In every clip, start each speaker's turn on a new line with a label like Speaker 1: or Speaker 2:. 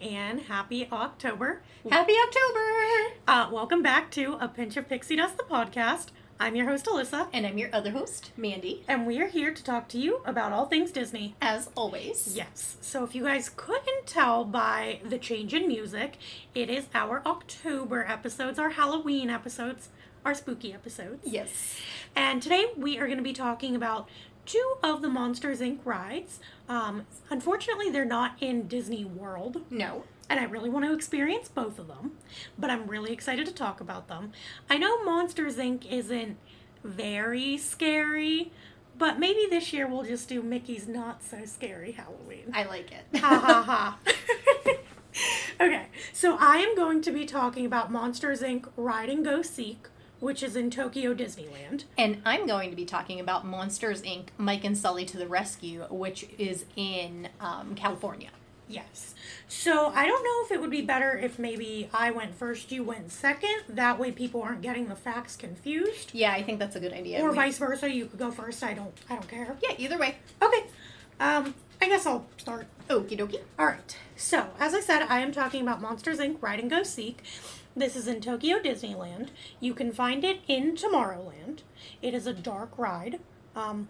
Speaker 1: and happy October.
Speaker 2: Happy October!
Speaker 1: Uh, welcome back to A Pinch of Pixie Dust, the podcast. I'm your host, Alyssa,
Speaker 2: And I'm your other host, Mandy,
Speaker 1: and we are here to talk to you about all things Disney.
Speaker 2: as always.
Speaker 1: Yes, so if you guys couldn't tell by the change in music, it is our October episodes, our Halloween episodes, our spooky episodes.
Speaker 2: Yes.
Speaker 1: And today we are going to be talking about two of the Monsters Inc. rides. Um, unfortunately, they're not in Disney World,
Speaker 2: No.
Speaker 1: and I really want to experience both of them, but I'm really excited to talk about them. I know Monsters Inc. isn't very scary, but maybe this year we'll just do Mickey's Not So Scary Halloween.
Speaker 2: I like it.
Speaker 1: Ha ha ha. okay, so I am going to be talking about Monsters Inc. Ride and Go Seek, which is in Tokyo Disneyland.
Speaker 2: and I'm going to be talking about Monsters Inc. Mike and Sully to the Rescue, which is in um, California.
Speaker 1: Yes. So I don't know if it would be better if maybe I went first, you went second. That way people aren't getting the facts confused.
Speaker 2: Yeah, I think that's a good idea.
Speaker 1: Or
Speaker 2: We-
Speaker 1: vice versa, you could go first. I don't I don't care.
Speaker 2: yeah, either way.
Speaker 1: Okay. Um I guess I'll start.
Speaker 2: Okie dokie.
Speaker 1: All right. So, as I said, I am talking about Monsters Inc. Ride and Go Seek. This is in Tokyo Disneyland. You can find it in Tomorrowland. It is a dark ride. Um,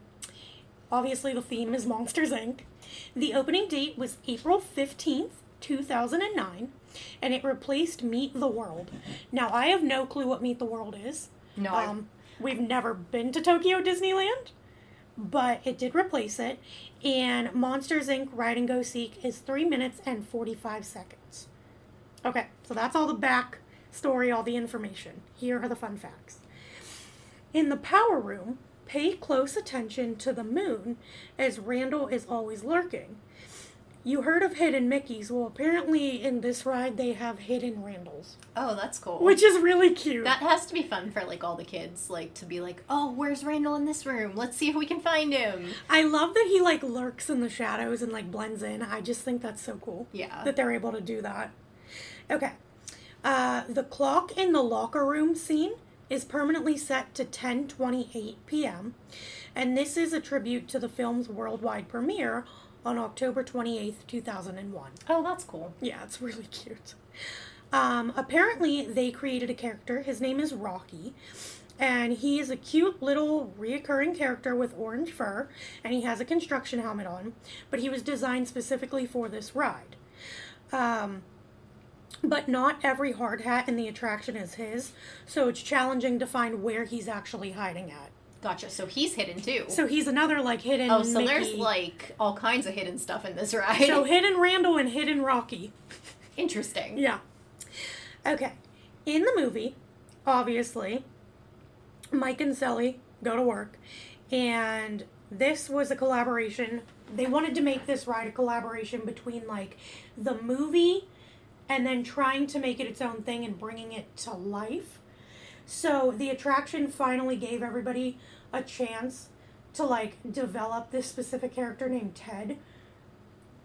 Speaker 1: obviously, the theme is Monsters Inc. The opening date was April 15th, 2009, and it replaced Meet the World. Now, I have no clue what Meet the World is.
Speaker 2: No, I-
Speaker 1: Um, we've never been to Tokyo Disneyland but it did replace it. And Monsters Inc. Ride and Go Seek is three minutes and 45 seconds. Okay, so that's all the back story, all the information. Here are the fun facts. In the power room, pay close attention to the moon as Randall is always lurking. You heard of hidden Mickeys. Well, apparently in this ride they have hidden Randalls,
Speaker 2: Oh, that's cool.
Speaker 1: which is really cute.
Speaker 2: that has to be fun for like all the kids, like to be like, oh, where's Randall in this room? Let's see if we can find him.
Speaker 1: I love that he like lurks in the shadows and like blends in. I just think that's so cool.
Speaker 2: Yeah.
Speaker 1: That they're able to do that. Okay. Uh, the clock in the locker room scene is permanently set to 10:28 p.m. and this is a tribute to the film's worldwide premiere on October 28th, 2001.
Speaker 2: Oh, that's cool.
Speaker 1: Yeah, it's really cute. Um, apparently, they created a character. His name is Rocky. And he is a cute little reoccurring character with orange fur. And he has a construction helmet on. But he was designed specifically for this ride. Um, but not every hard hat in the attraction is his. So it's challenging to find where he's actually hiding at.
Speaker 2: Gotcha. So he's hidden too.
Speaker 1: So he's another like hidden.
Speaker 2: Oh, so there's
Speaker 1: Mickey.
Speaker 2: like all kinds of hidden stuff in this ride.
Speaker 1: So hidden Randall and hidden Rocky.
Speaker 2: Interesting.
Speaker 1: Yeah. Okay. In the movie, obviously, Mike and Sully go to work, and this was a collaboration. They wanted to make this ride a collaboration between like the movie and then trying to make it its own thing and bringing it to life. So the attraction finally gave everybody a chance to like develop this specific character named Ted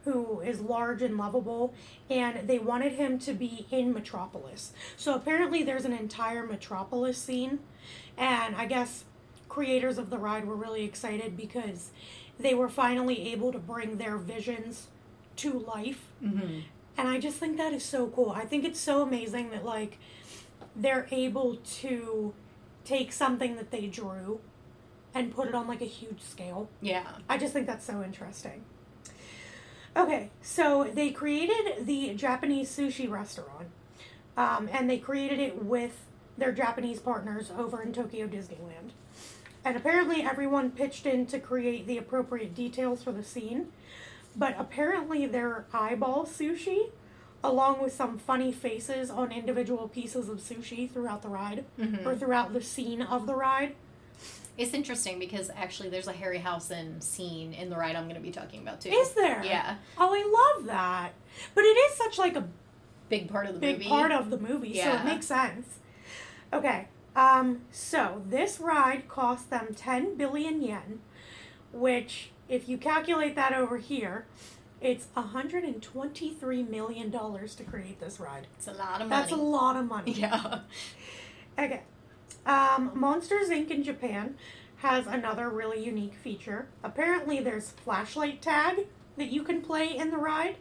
Speaker 1: who is large and lovable, and they wanted him to be in Metropolis. So apparently, there's an entire Metropolis scene, and I guess creators of the ride were really excited because they were finally able to bring their visions to life. And I just think that is so cool. I think it's so amazing that, like, they're able to take something that they drew and put it on like a huge scale.
Speaker 2: Yeah.
Speaker 1: I just think that's so interesting. Okay, so they created the Japanese sushi restaurant, um, and they created it with their Japanese partners over in Tokyo Disneyland. And apparently, everyone pitched in to create the appropriate details for the scene, but apparently, their eyeball sushi, along with some funny faces on individual pieces of sushi throughout the ride or throughout the scene of the ride,
Speaker 2: It's interesting because actually there's a Harryhausen scene in the ride I'm going to be talking about too.
Speaker 1: is there?
Speaker 2: Yeah.
Speaker 1: Oh, I love that. But it is such like a
Speaker 2: Big part of the
Speaker 1: big
Speaker 2: movie.
Speaker 1: part of the movie, so
Speaker 2: Yeah.
Speaker 1: it makes sense. Okay, um, so this ride cost them 10 billion yen, which, if you calculate that over here, it's $123 million to create this ride.
Speaker 2: It's a lot of money.
Speaker 1: That's a lot of money.
Speaker 2: Yeah.
Speaker 1: Okay. Um, Monsters Inc. in Japan has another really unique feature. Apparently, there's flashlight tag that you can play in the ride.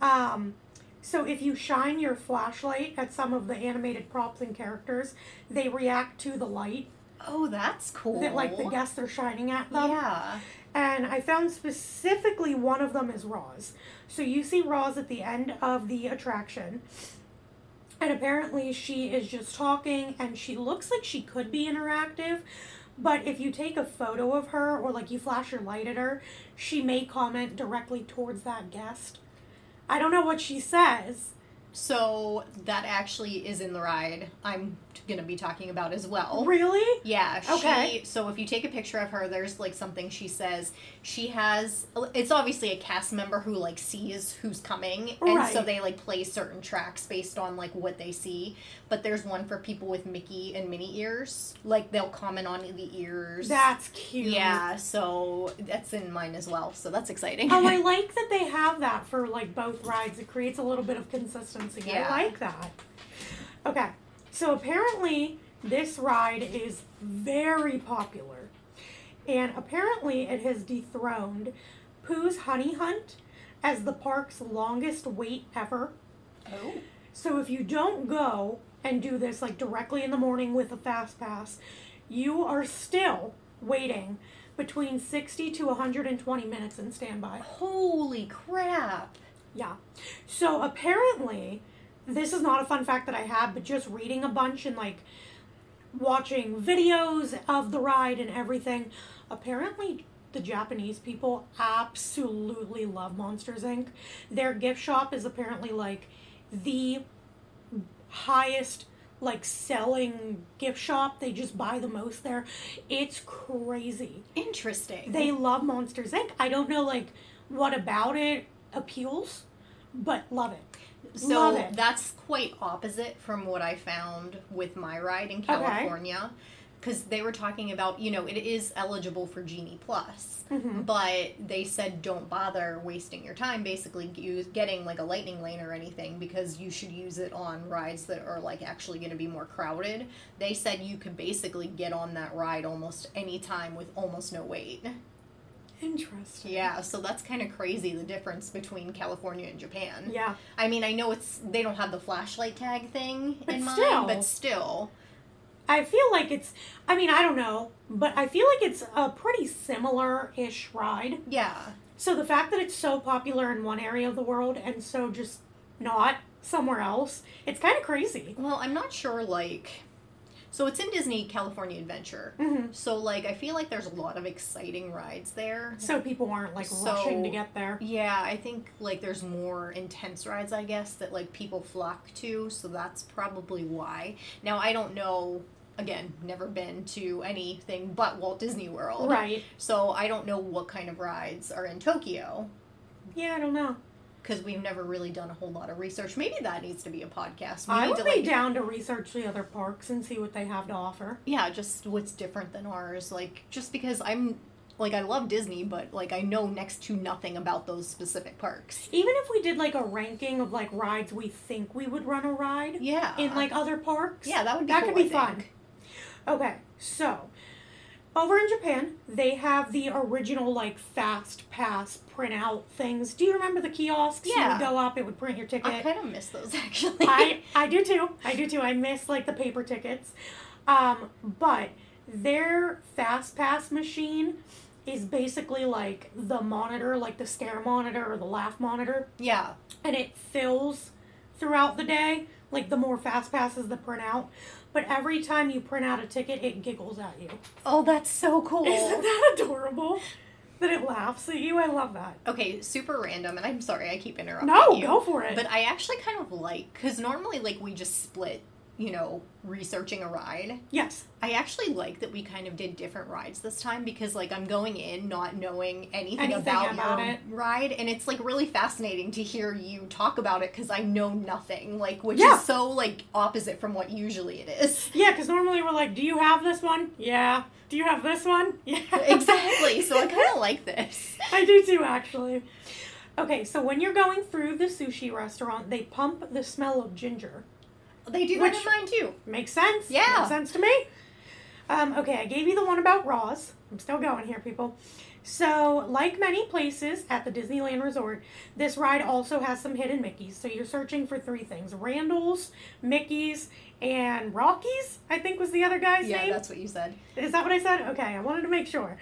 Speaker 1: Um, So if you shine your flashlight at some of the animated props and characters, they react to the light
Speaker 2: Oh, that's cool.
Speaker 1: that like the guests are shining at them.
Speaker 2: Yeah.
Speaker 1: And I found specifically one of them is Roz. So you see Roz at the end of the attraction. And apparently she is just talking and she looks like she could be interactive. But if you take a photo of her or like you flash your light at her, she may comment directly towards that guest. I don't know what she says.
Speaker 2: So that actually is in the ride I'm t- gonna be talking about as well.
Speaker 1: Really?
Speaker 2: Yeah.
Speaker 1: Okay.
Speaker 2: She, so if you take a picture of her, there's like something she says. She has. It's obviously a cast member who like sees who's coming, and so
Speaker 1: Right.
Speaker 2: they like play certain tracks based on like what they see. But there's one for people with Mickey and Minnie ears. Like they'll comment on the ears.
Speaker 1: That's cute.
Speaker 2: Yeah. So that's in mine as well. So that's exciting.
Speaker 1: Oh, I like that they have that for like both rides. It creates a little bit of consistency.
Speaker 2: Yeah.
Speaker 1: I like that. Okay, so apparently this ride is very popular, and apparently it has dethroned Pooh's Honey Hunt as the park's longest wait ever.
Speaker 2: oh.
Speaker 1: So if you don't go and do this like directly in the morning with a fast pass, you are still waiting between 60 to 120 minutes in standby.
Speaker 2: Holy crap.
Speaker 1: Yeah. So apparently, this is not a fun fact that I had, but just reading a bunch and like watching videos of the ride and everything, apparently the Japanese people absolutely love Monsters Inc. Their gift shop is apparently like the highest like selling gift shop. They just buy the most there. It's crazy
Speaker 2: Interesting.
Speaker 1: they love Monsters Inc. I don't know like what about it appeals, but love it. Love
Speaker 2: So
Speaker 1: it.
Speaker 2: that's quite opposite from what I found with my ride in California. Because they were talking about, you know, it is eligible for Genie Plus,
Speaker 1: Mm-hmm.
Speaker 2: but they said don't bother wasting your time basically use, getting like a lightning lane or anything because you should use it on rides that are like actually going to be more crowded. They said you could basically get on that ride almost any time with almost no wait.
Speaker 1: Interesting.
Speaker 2: Yeah, so that's kind of crazy the difference between California and Japan.
Speaker 1: Yeah.
Speaker 2: I mean, I know it's they don't have the flashlight tag thing
Speaker 1: But
Speaker 2: in
Speaker 1: still.
Speaker 2: mind, but still,
Speaker 1: I feel like it's I mean, I don't know, but I feel like it's a pretty similar ish ride.
Speaker 2: yeah,
Speaker 1: So the fact that it's so popular in one area of the world and so just not somewhere else, it's kinda crazy.
Speaker 2: Well, I'm not sure, like, so it's in Disney California Adventure.
Speaker 1: Mhm.
Speaker 2: So, like, I feel like there's a lot of exciting rides there.
Speaker 1: So people aren't like
Speaker 2: So-
Speaker 1: rushing to get there.
Speaker 2: Yeah, I think, like, there's more intense rides, I guess, that, like, people flock to. So that's probably why. Now, I don't know, again, never been to anything but Walt Disney World.
Speaker 1: Right.
Speaker 2: So I don't know what kind of rides are in Tokyo.
Speaker 1: Yeah, I don't know.
Speaker 2: because we've never really done a whole lot of research. Maybe that needs to be a podcast. We
Speaker 1: I
Speaker 2: need
Speaker 1: would
Speaker 2: to
Speaker 1: be
Speaker 2: like,
Speaker 1: down to research the other parks and see what they have to offer.
Speaker 2: yeah, just what's different than ours. Like, just because I'm like I love Disney, but like I know next to nothing about those specific parks.
Speaker 1: Even if we did like a ranking of like rides we think we would run a ride
Speaker 2: Yeah,
Speaker 1: in like other parks.
Speaker 2: yeah, that would be
Speaker 1: that
Speaker 2: cool,
Speaker 1: could
Speaker 2: I
Speaker 1: be fun.
Speaker 2: think.
Speaker 1: Okay, so over in Japan, they have the original like fast pass printout things. Do you remember the kiosks?
Speaker 2: Yeah.
Speaker 1: You would go up, it would print your ticket.
Speaker 2: I kind of miss those actually.
Speaker 1: I I do too. I do too. I miss like the paper tickets. Um, but their fast pass machine is basically like the monitor, like the scare monitor or the laugh monitor
Speaker 2: yeah,
Speaker 1: and it fills throughout the day. Like the more fast passes the print out. But every time you print out a ticket, it giggles at you.
Speaker 2: oh, that's so cool.
Speaker 1: Isn't that adorable? That it laughs at you. I love that.
Speaker 2: Okay, super random, and I'm sorry I keep interrupting.
Speaker 1: No,
Speaker 2: you.
Speaker 1: go for it.
Speaker 2: But I actually kind of like because normally like we just split, you know, researching a ride.
Speaker 1: yes.
Speaker 2: I actually like that we kind of did different rides this time because like I'm going in not knowing anything,
Speaker 1: Anything
Speaker 2: about,
Speaker 1: about
Speaker 2: your
Speaker 1: it.
Speaker 2: ride and it's like really fascinating to hear you talk about it cuz I know nothing like which
Speaker 1: Yeah.
Speaker 2: is so like opposite from what usually it is.
Speaker 1: Yeah, because normally we're like, do you have this one? Yeah. Do you have this one? Yeah.
Speaker 2: exactly. So I kind of like this.
Speaker 1: I do too, actually. Okay, so when you're going through the sushi restaurant, they pump the smell of ginger.
Speaker 2: They do
Speaker 1: Which-
Speaker 2: that in mine too.
Speaker 1: Makes sense.
Speaker 2: Yeah.
Speaker 1: Makes sense to me. Um, okay, I gave you the one about Ross. I'm still going here, people. So, like many places at the Disneyland Resort, this ride also has some hidden Mickeys. So, you're searching for three things Randall's, Mickey's, and Rocky's, I think was the other guy's
Speaker 2: yeah,
Speaker 1: name.
Speaker 2: that's what you said.
Speaker 1: Is that what I said? Okay, I wanted to make sure.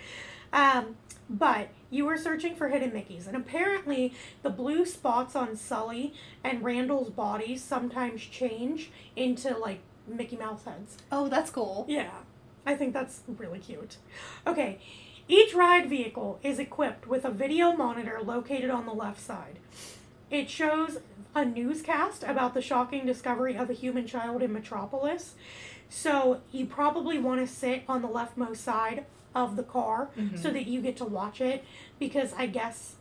Speaker 1: Um, but you were searching for hidden Mickeys, and apparently the blue spots on Sully and Randall's bodies sometimes change into like Mickey Mouse heads.
Speaker 2: Oh, that's cool.
Speaker 1: Yeah, I think that's really cute. Okay, each ride vehicle is equipped with a video monitor located on the left side. It shows a newscast about the shocking discovery of a human child in Metropolis. So you probably want to sit on the leftmost side of the car so that you get to watch it because I guess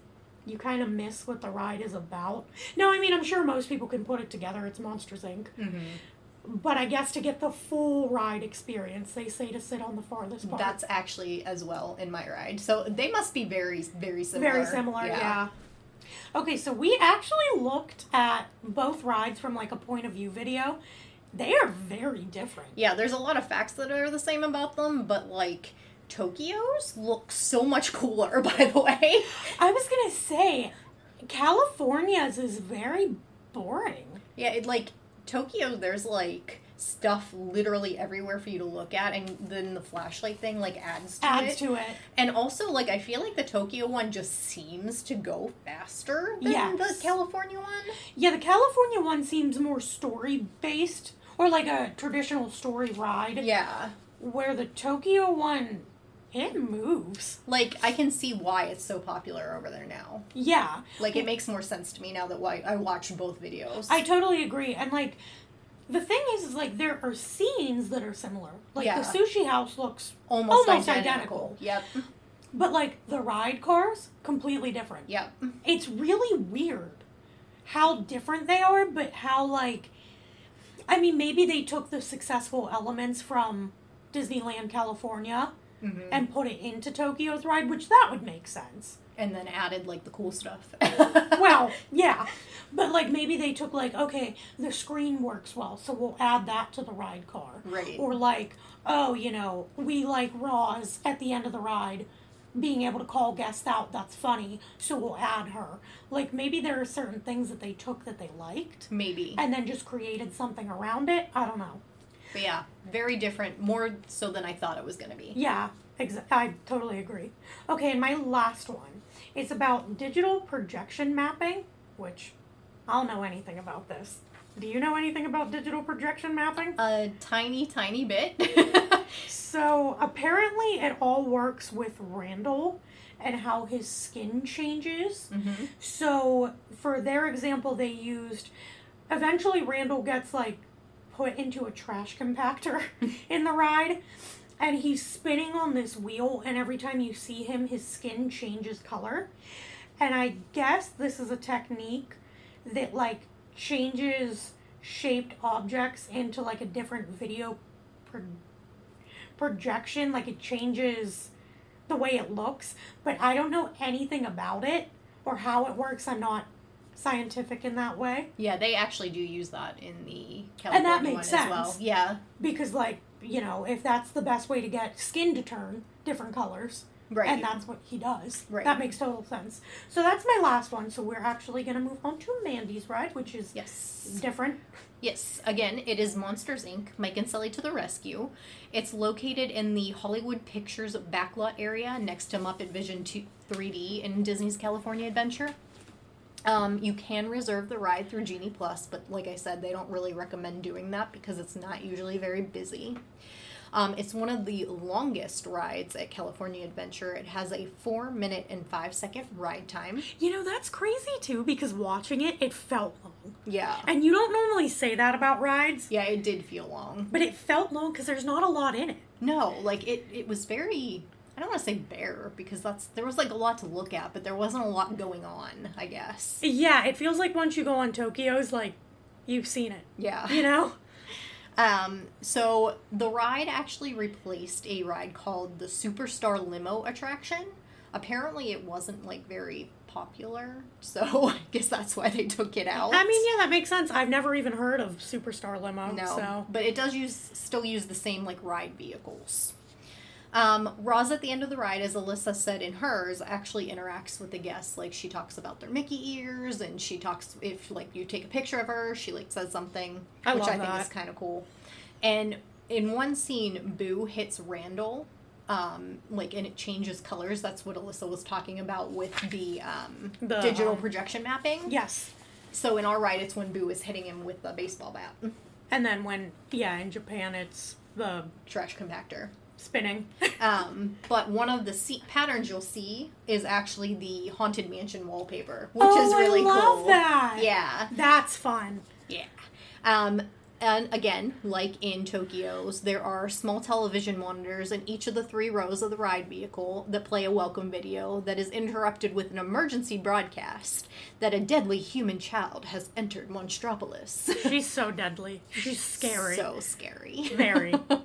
Speaker 1: you kind of miss what the ride is about. No, I mean, I'm sure most people can put it together. It's Monsters Inc. But I guess to get the full ride experience, they say to sit on the farthest part.
Speaker 2: That's actually as well in my ride. So they must be very, very similar.
Speaker 1: Very similar, yeah. Okay, so we actually looked at both rides from like a point of view video. They are very different.
Speaker 2: Yeah, there's a lot of facts that are the same about them, but like Tokyo's look so much cooler, by the way.
Speaker 1: I was gonna say, California's is very boring.
Speaker 2: Yeah, it like Tokyo, there's like stuff literally everywhere for you to look at, and then the flashlight thing like adds to
Speaker 1: Adds
Speaker 2: it.
Speaker 1: to it.
Speaker 2: And also, like I feel like the Tokyo one just seems to go faster than
Speaker 1: Yes.
Speaker 2: the California one.
Speaker 1: Yeah, the California one seems more story based or like a traditional story ride,
Speaker 2: Yeah.
Speaker 1: where the Tokyo one, it moves.
Speaker 2: Like I can see why it's so popular over there now.
Speaker 1: Yeah.
Speaker 2: Like it makes more sense to me now that why I watched both videos.
Speaker 1: I totally agree. And like the thing is is like there are scenes that are similar. Like
Speaker 2: Yeah.
Speaker 1: the sushi house looks
Speaker 2: almost,
Speaker 1: almost
Speaker 2: identical.
Speaker 1: identical.
Speaker 2: Yep.
Speaker 1: but like the ride cars completely different.
Speaker 2: Yep.
Speaker 1: It's really weird how different they are, but how like I mean maybe they took the successful elements from Disneyland California and put it into Tokyo's ride, which that would make sense.
Speaker 2: And then added like the cool stuff.
Speaker 1: well, yeah. But like maybe they took like, okay, the screen works well, so we'll add that to the ride car.
Speaker 2: Right.
Speaker 1: Or like, oh, you know, we like Roz at the end of the ride being able to call guests out, that's funny, so we'll add her. Like maybe there are certain things that they took that they liked
Speaker 2: maybe.
Speaker 1: and then just created something around it. I don't know.
Speaker 2: But yeah, very different, more so than I thought it was going to be.
Speaker 1: Yeah, exa- I totally agree. Okay, and my last one is about digital projection mapping, which I'll know anything about this. Do you know anything about digital projection mapping?
Speaker 2: A tiny, tiny bit.
Speaker 1: So apparently, it all works with Randall and how his skin changes. So, for their example, they used eventually Randall gets like put into a trash compactor in the ride and he's spinning on this wheel and every time you see him his skin changes color. And I guess this is a technique that like changes shaped objects into like a different video pro- projection like it changes the way it looks, but I don't know anything about it or how it works. I'm not scientific in that way
Speaker 2: yeah, they actually do use that in the California
Speaker 1: And that
Speaker 2: one
Speaker 1: makes
Speaker 2: as well.
Speaker 1: sense.
Speaker 2: Yeah,
Speaker 1: because, like, you know, if that's the best way to get skin to turn different colors,
Speaker 2: right.
Speaker 1: and that's what he does,
Speaker 2: Right.
Speaker 1: that makes total sense. So that's my last one. So we're actually going to move on to Mandy's ride, which is
Speaker 2: yes.
Speaker 1: different.
Speaker 2: Yes, again, it is Monsters Inc. Mike and Sully to the rescue. It's located in the Hollywood Pictures backlot area next to Muppet Vision 2, 3D in Disney's California Adventure. Um, you can reserve the ride through Genie Plus, but like I said, they don't really recommend doing that because it's not usually very busy. Um, it's one of the longest rides at California Adventure. It has a four minute and five second ride time.
Speaker 1: You know, that's crazy too because watching it, it felt long.
Speaker 2: Yeah.
Speaker 1: And you don't normally say that about rides,
Speaker 2: Yeah, it did feel long.
Speaker 1: but it felt long because there's not a lot in it.
Speaker 2: No, like it it was very I don't want to say bare because that's there was like a lot to look at, but there wasn't a lot going on, I guess.
Speaker 1: Yeah, it feels like once you go on Tokyo's, like, you've seen it.
Speaker 2: Yeah.
Speaker 1: You know?
Speaker 2: Um so the ride actually replaced a ride called the Superstar Limo attraction. Apparently it wasn't like very popular, so I guess that's why they took it out.
Speaker 1: I mean, yeah, that makes sense. I've never even heard of Superstar Limo.
Speaker 2: no,
Speaker 1: So
Speaker 2: but it does use still use the same like ride vehicles. Um, Roz at the end of the ride, as Alyssa said in hers, actually interacts with the guests. Like she talks about their Mickey ears, and she talks if like you take a picture of her, she like says something,
Speaker 1: I
Speaker 2: which
Speaker 1: love
Speaker 2: I think
Speaker 1: that.
Speaker 2: is kind of cool. And in one scene, Boo hits Randall, um, like and it changes colors. That's what Alyssa was talking about with the, um,
Speaker 1: The,
Speaker 2: digital
Speaker 1: um,
Speaker 2: projection mapping.
Speaker 1: Yes.
Speaker 2: So in our ride, it's when Boo is hitting him with the baseball bat,
Speaker 1: And then when, yeah, in Japan, it's the
Speaker 2: trash compactor.
Speaker 1: spinning.
Speaker 2: Um, but one of the se- patterns you'll see is actually the haunted mansion wallpaper, which
Speaker 1: Oh,
Speaker 2: is
Speaker 1: I
Speaker 2: really
Speaker 1: love
Speaker 2: cool.
Speaker 1: that.
Speaker 2: Yeah,
Speaker 1: That's fun.
Speaker 2: yeah. Um, and again, like in Tokyo's, there are small television monitors in each of the three rows of the ride vehicle that play a welcome video that is interrupted with an emergency broadcast that a deadly human child has entered Monstropolis.
Speaker 1: She's so deadly. She's scary.
Speaker 2: So scary.
Speaker 1: Very. Oh,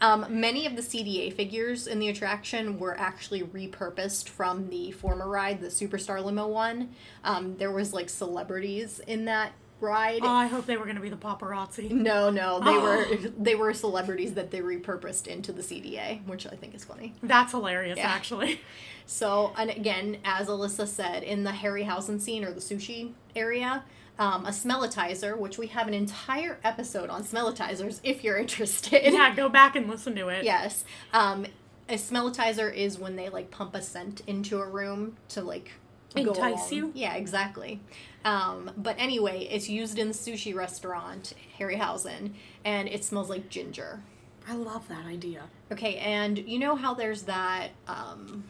Speaker 2: Um, many of the CDA figures in the attraction were actually repurposed from the former ride, the Superstar Limo one. Um, there was like celebrities in that ride.
Speaker 1: Oh, I hope they were going to be the paparazzi.
Speaker 2: no, no, they
Speaker 1: Oh.
Speaker 2: were they were celebrities that they repurposed into the CDA, which I think is funny.
Speaker 1: That's hilarious,
Speaker 2: Yeah.
Speaker 1: actually.
Speaker 2: So, and again, as Alyssa said, in the Harryhausen scene or the sushi area, um, a smellitizer, which we have an entire episode on smellitizers if you're interested.
Speaker 1: Yeah, go back and listen to it.
Speaker 2: Yes. Um, a smellitizer is when they like pump a scent into a room to like
Speaker 1: Entice
Speaker 2: along.
Speaker 1: you?
Speaker 2: Yeah, exactly. Um, but anyway, it's used in the sushi restaurant Harryhausen, and it smells like ginger.
Speaker 1: I love that idea.
Speaker 2: Okay, and you know how there's that um,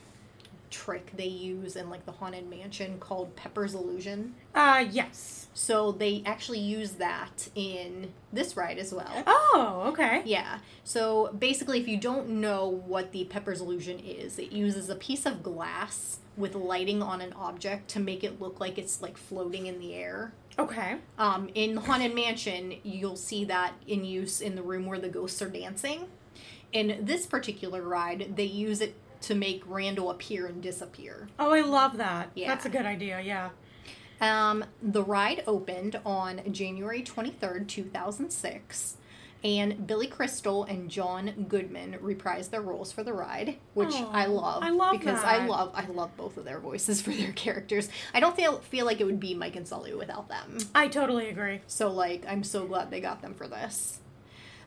Speaker 2: trick they use in like the haunted mansion called Pepper's illusion.
Speaker 1: Uh, yes.
Speaker 2: So they actually use that in this ride as well.
Speaker 1: Oh, okay.
Speaker 2: Yeah. So basically, if you don't know what the Pepper's illusion is, it uses a piece of glass with lighting on an object to make it look like it's like floating in the air.
Speaker 1: Okay.
Speaker 2: Um, in the Haunted Mansion, you'll see that in use in the room where the ghosts are dancing. In this particular ride, they use it to make Randall appear and disappear.
Speaker 1: Oh, I love that.
Speaker 2: Yeah.
Speaker 1: That's a good idea, yeah.
Speaker 2: Um, the ride opened on January 23rd, 2006, and Billy Crystal and John Goodman reprised their roles for the ride, which
Speaker 1: Aw,
Speaker 2: I love.
Speaker 1: I love
Speaker 2: because I
Speaker 1: that.
Speaker 2: love I love both of their voices for their characters. I don't feel feel like it would be Mike and Sully without them.
Speaker 1: I totally agree.
Speaker 2: So like I'm so glad they got them for this.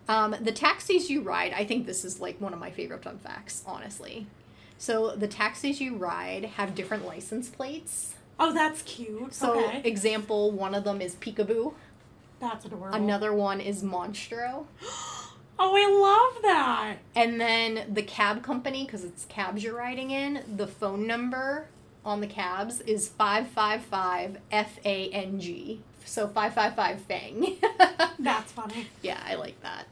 Speaker 2: Um, the taxis you ride, I think this is like one of my favorite fun facts, honestly. So the taxis you ride have different license plates.
Speaker 1: Oh, that's cute.
Speaker 2: So,
Speaker 1: okay.
Speaker 2: example, one of them is Peekaboo,
Speaker 1: that's adorable.
Speaker 2: another one is Monstro,
Speaker 1: Oh, I love that.
Speaker 2: and then the cab company, because it's cabs you're riding in, the phone number on the cabs is 555 F A N G. So 555 Fang.
Speaker 1: That's funny.
Speaker 2: yeah, I like that.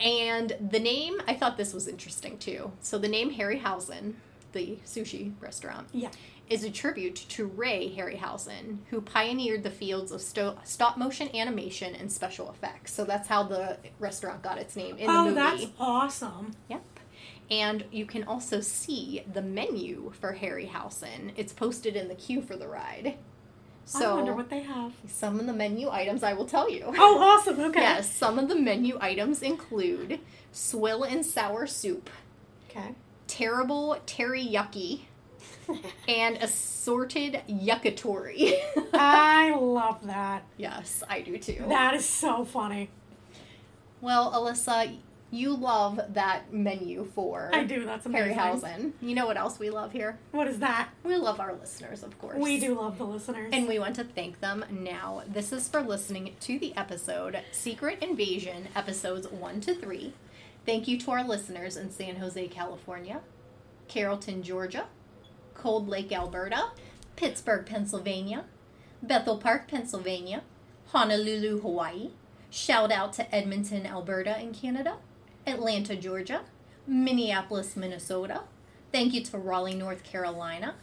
Speaker 2: And the name, I thought this was interesting too. So the name Harryhausen, the sushi restaurant,
Speaker 1: Yeah.
Speaker 2: is a tribute to Ray Harryhausen, who pioneered the fields of sto- stop motion animation and special effects. So that's how the restaurant got its name in the
Speaker 1: oh,
Speaker 2: movie.
Speaker 1: that's awesome.
Speaker 2: Yep. And you can also see the menu for Harryhausen. It's posted in the queue for the ride.
Speaker 1: I
Speaker 2: So
Speaker 1: wonder what they have.
Speaker 2: some of the menu items I will tell you.
Speaker 1: Oh, awesome. Okay.
Speaker 2: Yes, some of the menu items include swill and sour soup,
Speaker 1: Okay.
Speaker 2: terrible teriyaki, and assorted yuccatori.
Speaker 1: I love that.
Speaker 2: yes, I do too.
Speaker 1: That is so funny.
Speaker 2: well, Alyssa, you love that menu for
Speaker 1: I do. That's amazing.
Speaker 2: Harryhausen. You know what else we love here?
Speaker 1: What is that?
Speaker 2: We love our listeners, of course.
Speaker 1: We do love the listeners.
Speaker 2: And we want to thank them now. This is for listening to the episode Secret Invasion, episodes 1 to 3. Thank you to our listeners in San Jose, California, Carrollton, Georgia, Cold Lake, Alberta, Pittsburgh, Pennsylvania, Bethel Park, Pennsylvania, Honolulu, Hawaii. Shout out to Edmonton, Alberta, in Canada, Atlanta, Georgia, Minneapolis, Minnesota. Thank you to Raleigh, North Carolina,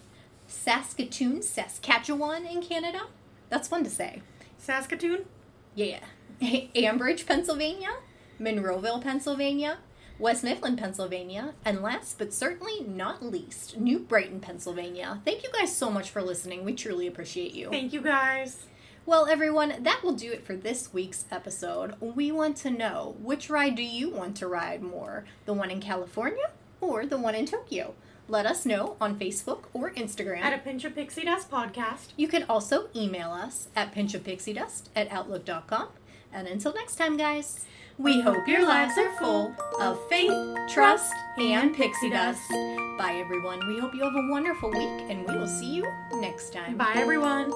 Speaker 2: Saskatoon, Saskatchewan, in Canada. That's fun to say.
Speaker 1: Saskatoon?
Speaker 2: Yeah. Ambridge, Pennsylvania, Monroeville, Pennsylvania, West Mifflin, Pennsylvania, and last but certainly not least, New Brighton, Pennsylvania. Thank you guys so much for listening. We truly appreciate you.
Speaker 1: Thank you guys.
Speaker 2: Well, everyone, that will do it for this week's episode. We want to know which ride do you want to ride more? The one in California or the one in Tokyo? Let us know on Facebook or Instagram.
Speaker 1: At a Pinch of Pixie Dust podcast.
Speaker 2: you can also email us at pinchofpixiedust at outlook.com. And until next time, guys, we hope your lives are full of faith, trust, and pixie dust. Bye, everyone. We hope you have a wonderful week, and we will see you next time.
Speaker 1: Bye, everyone.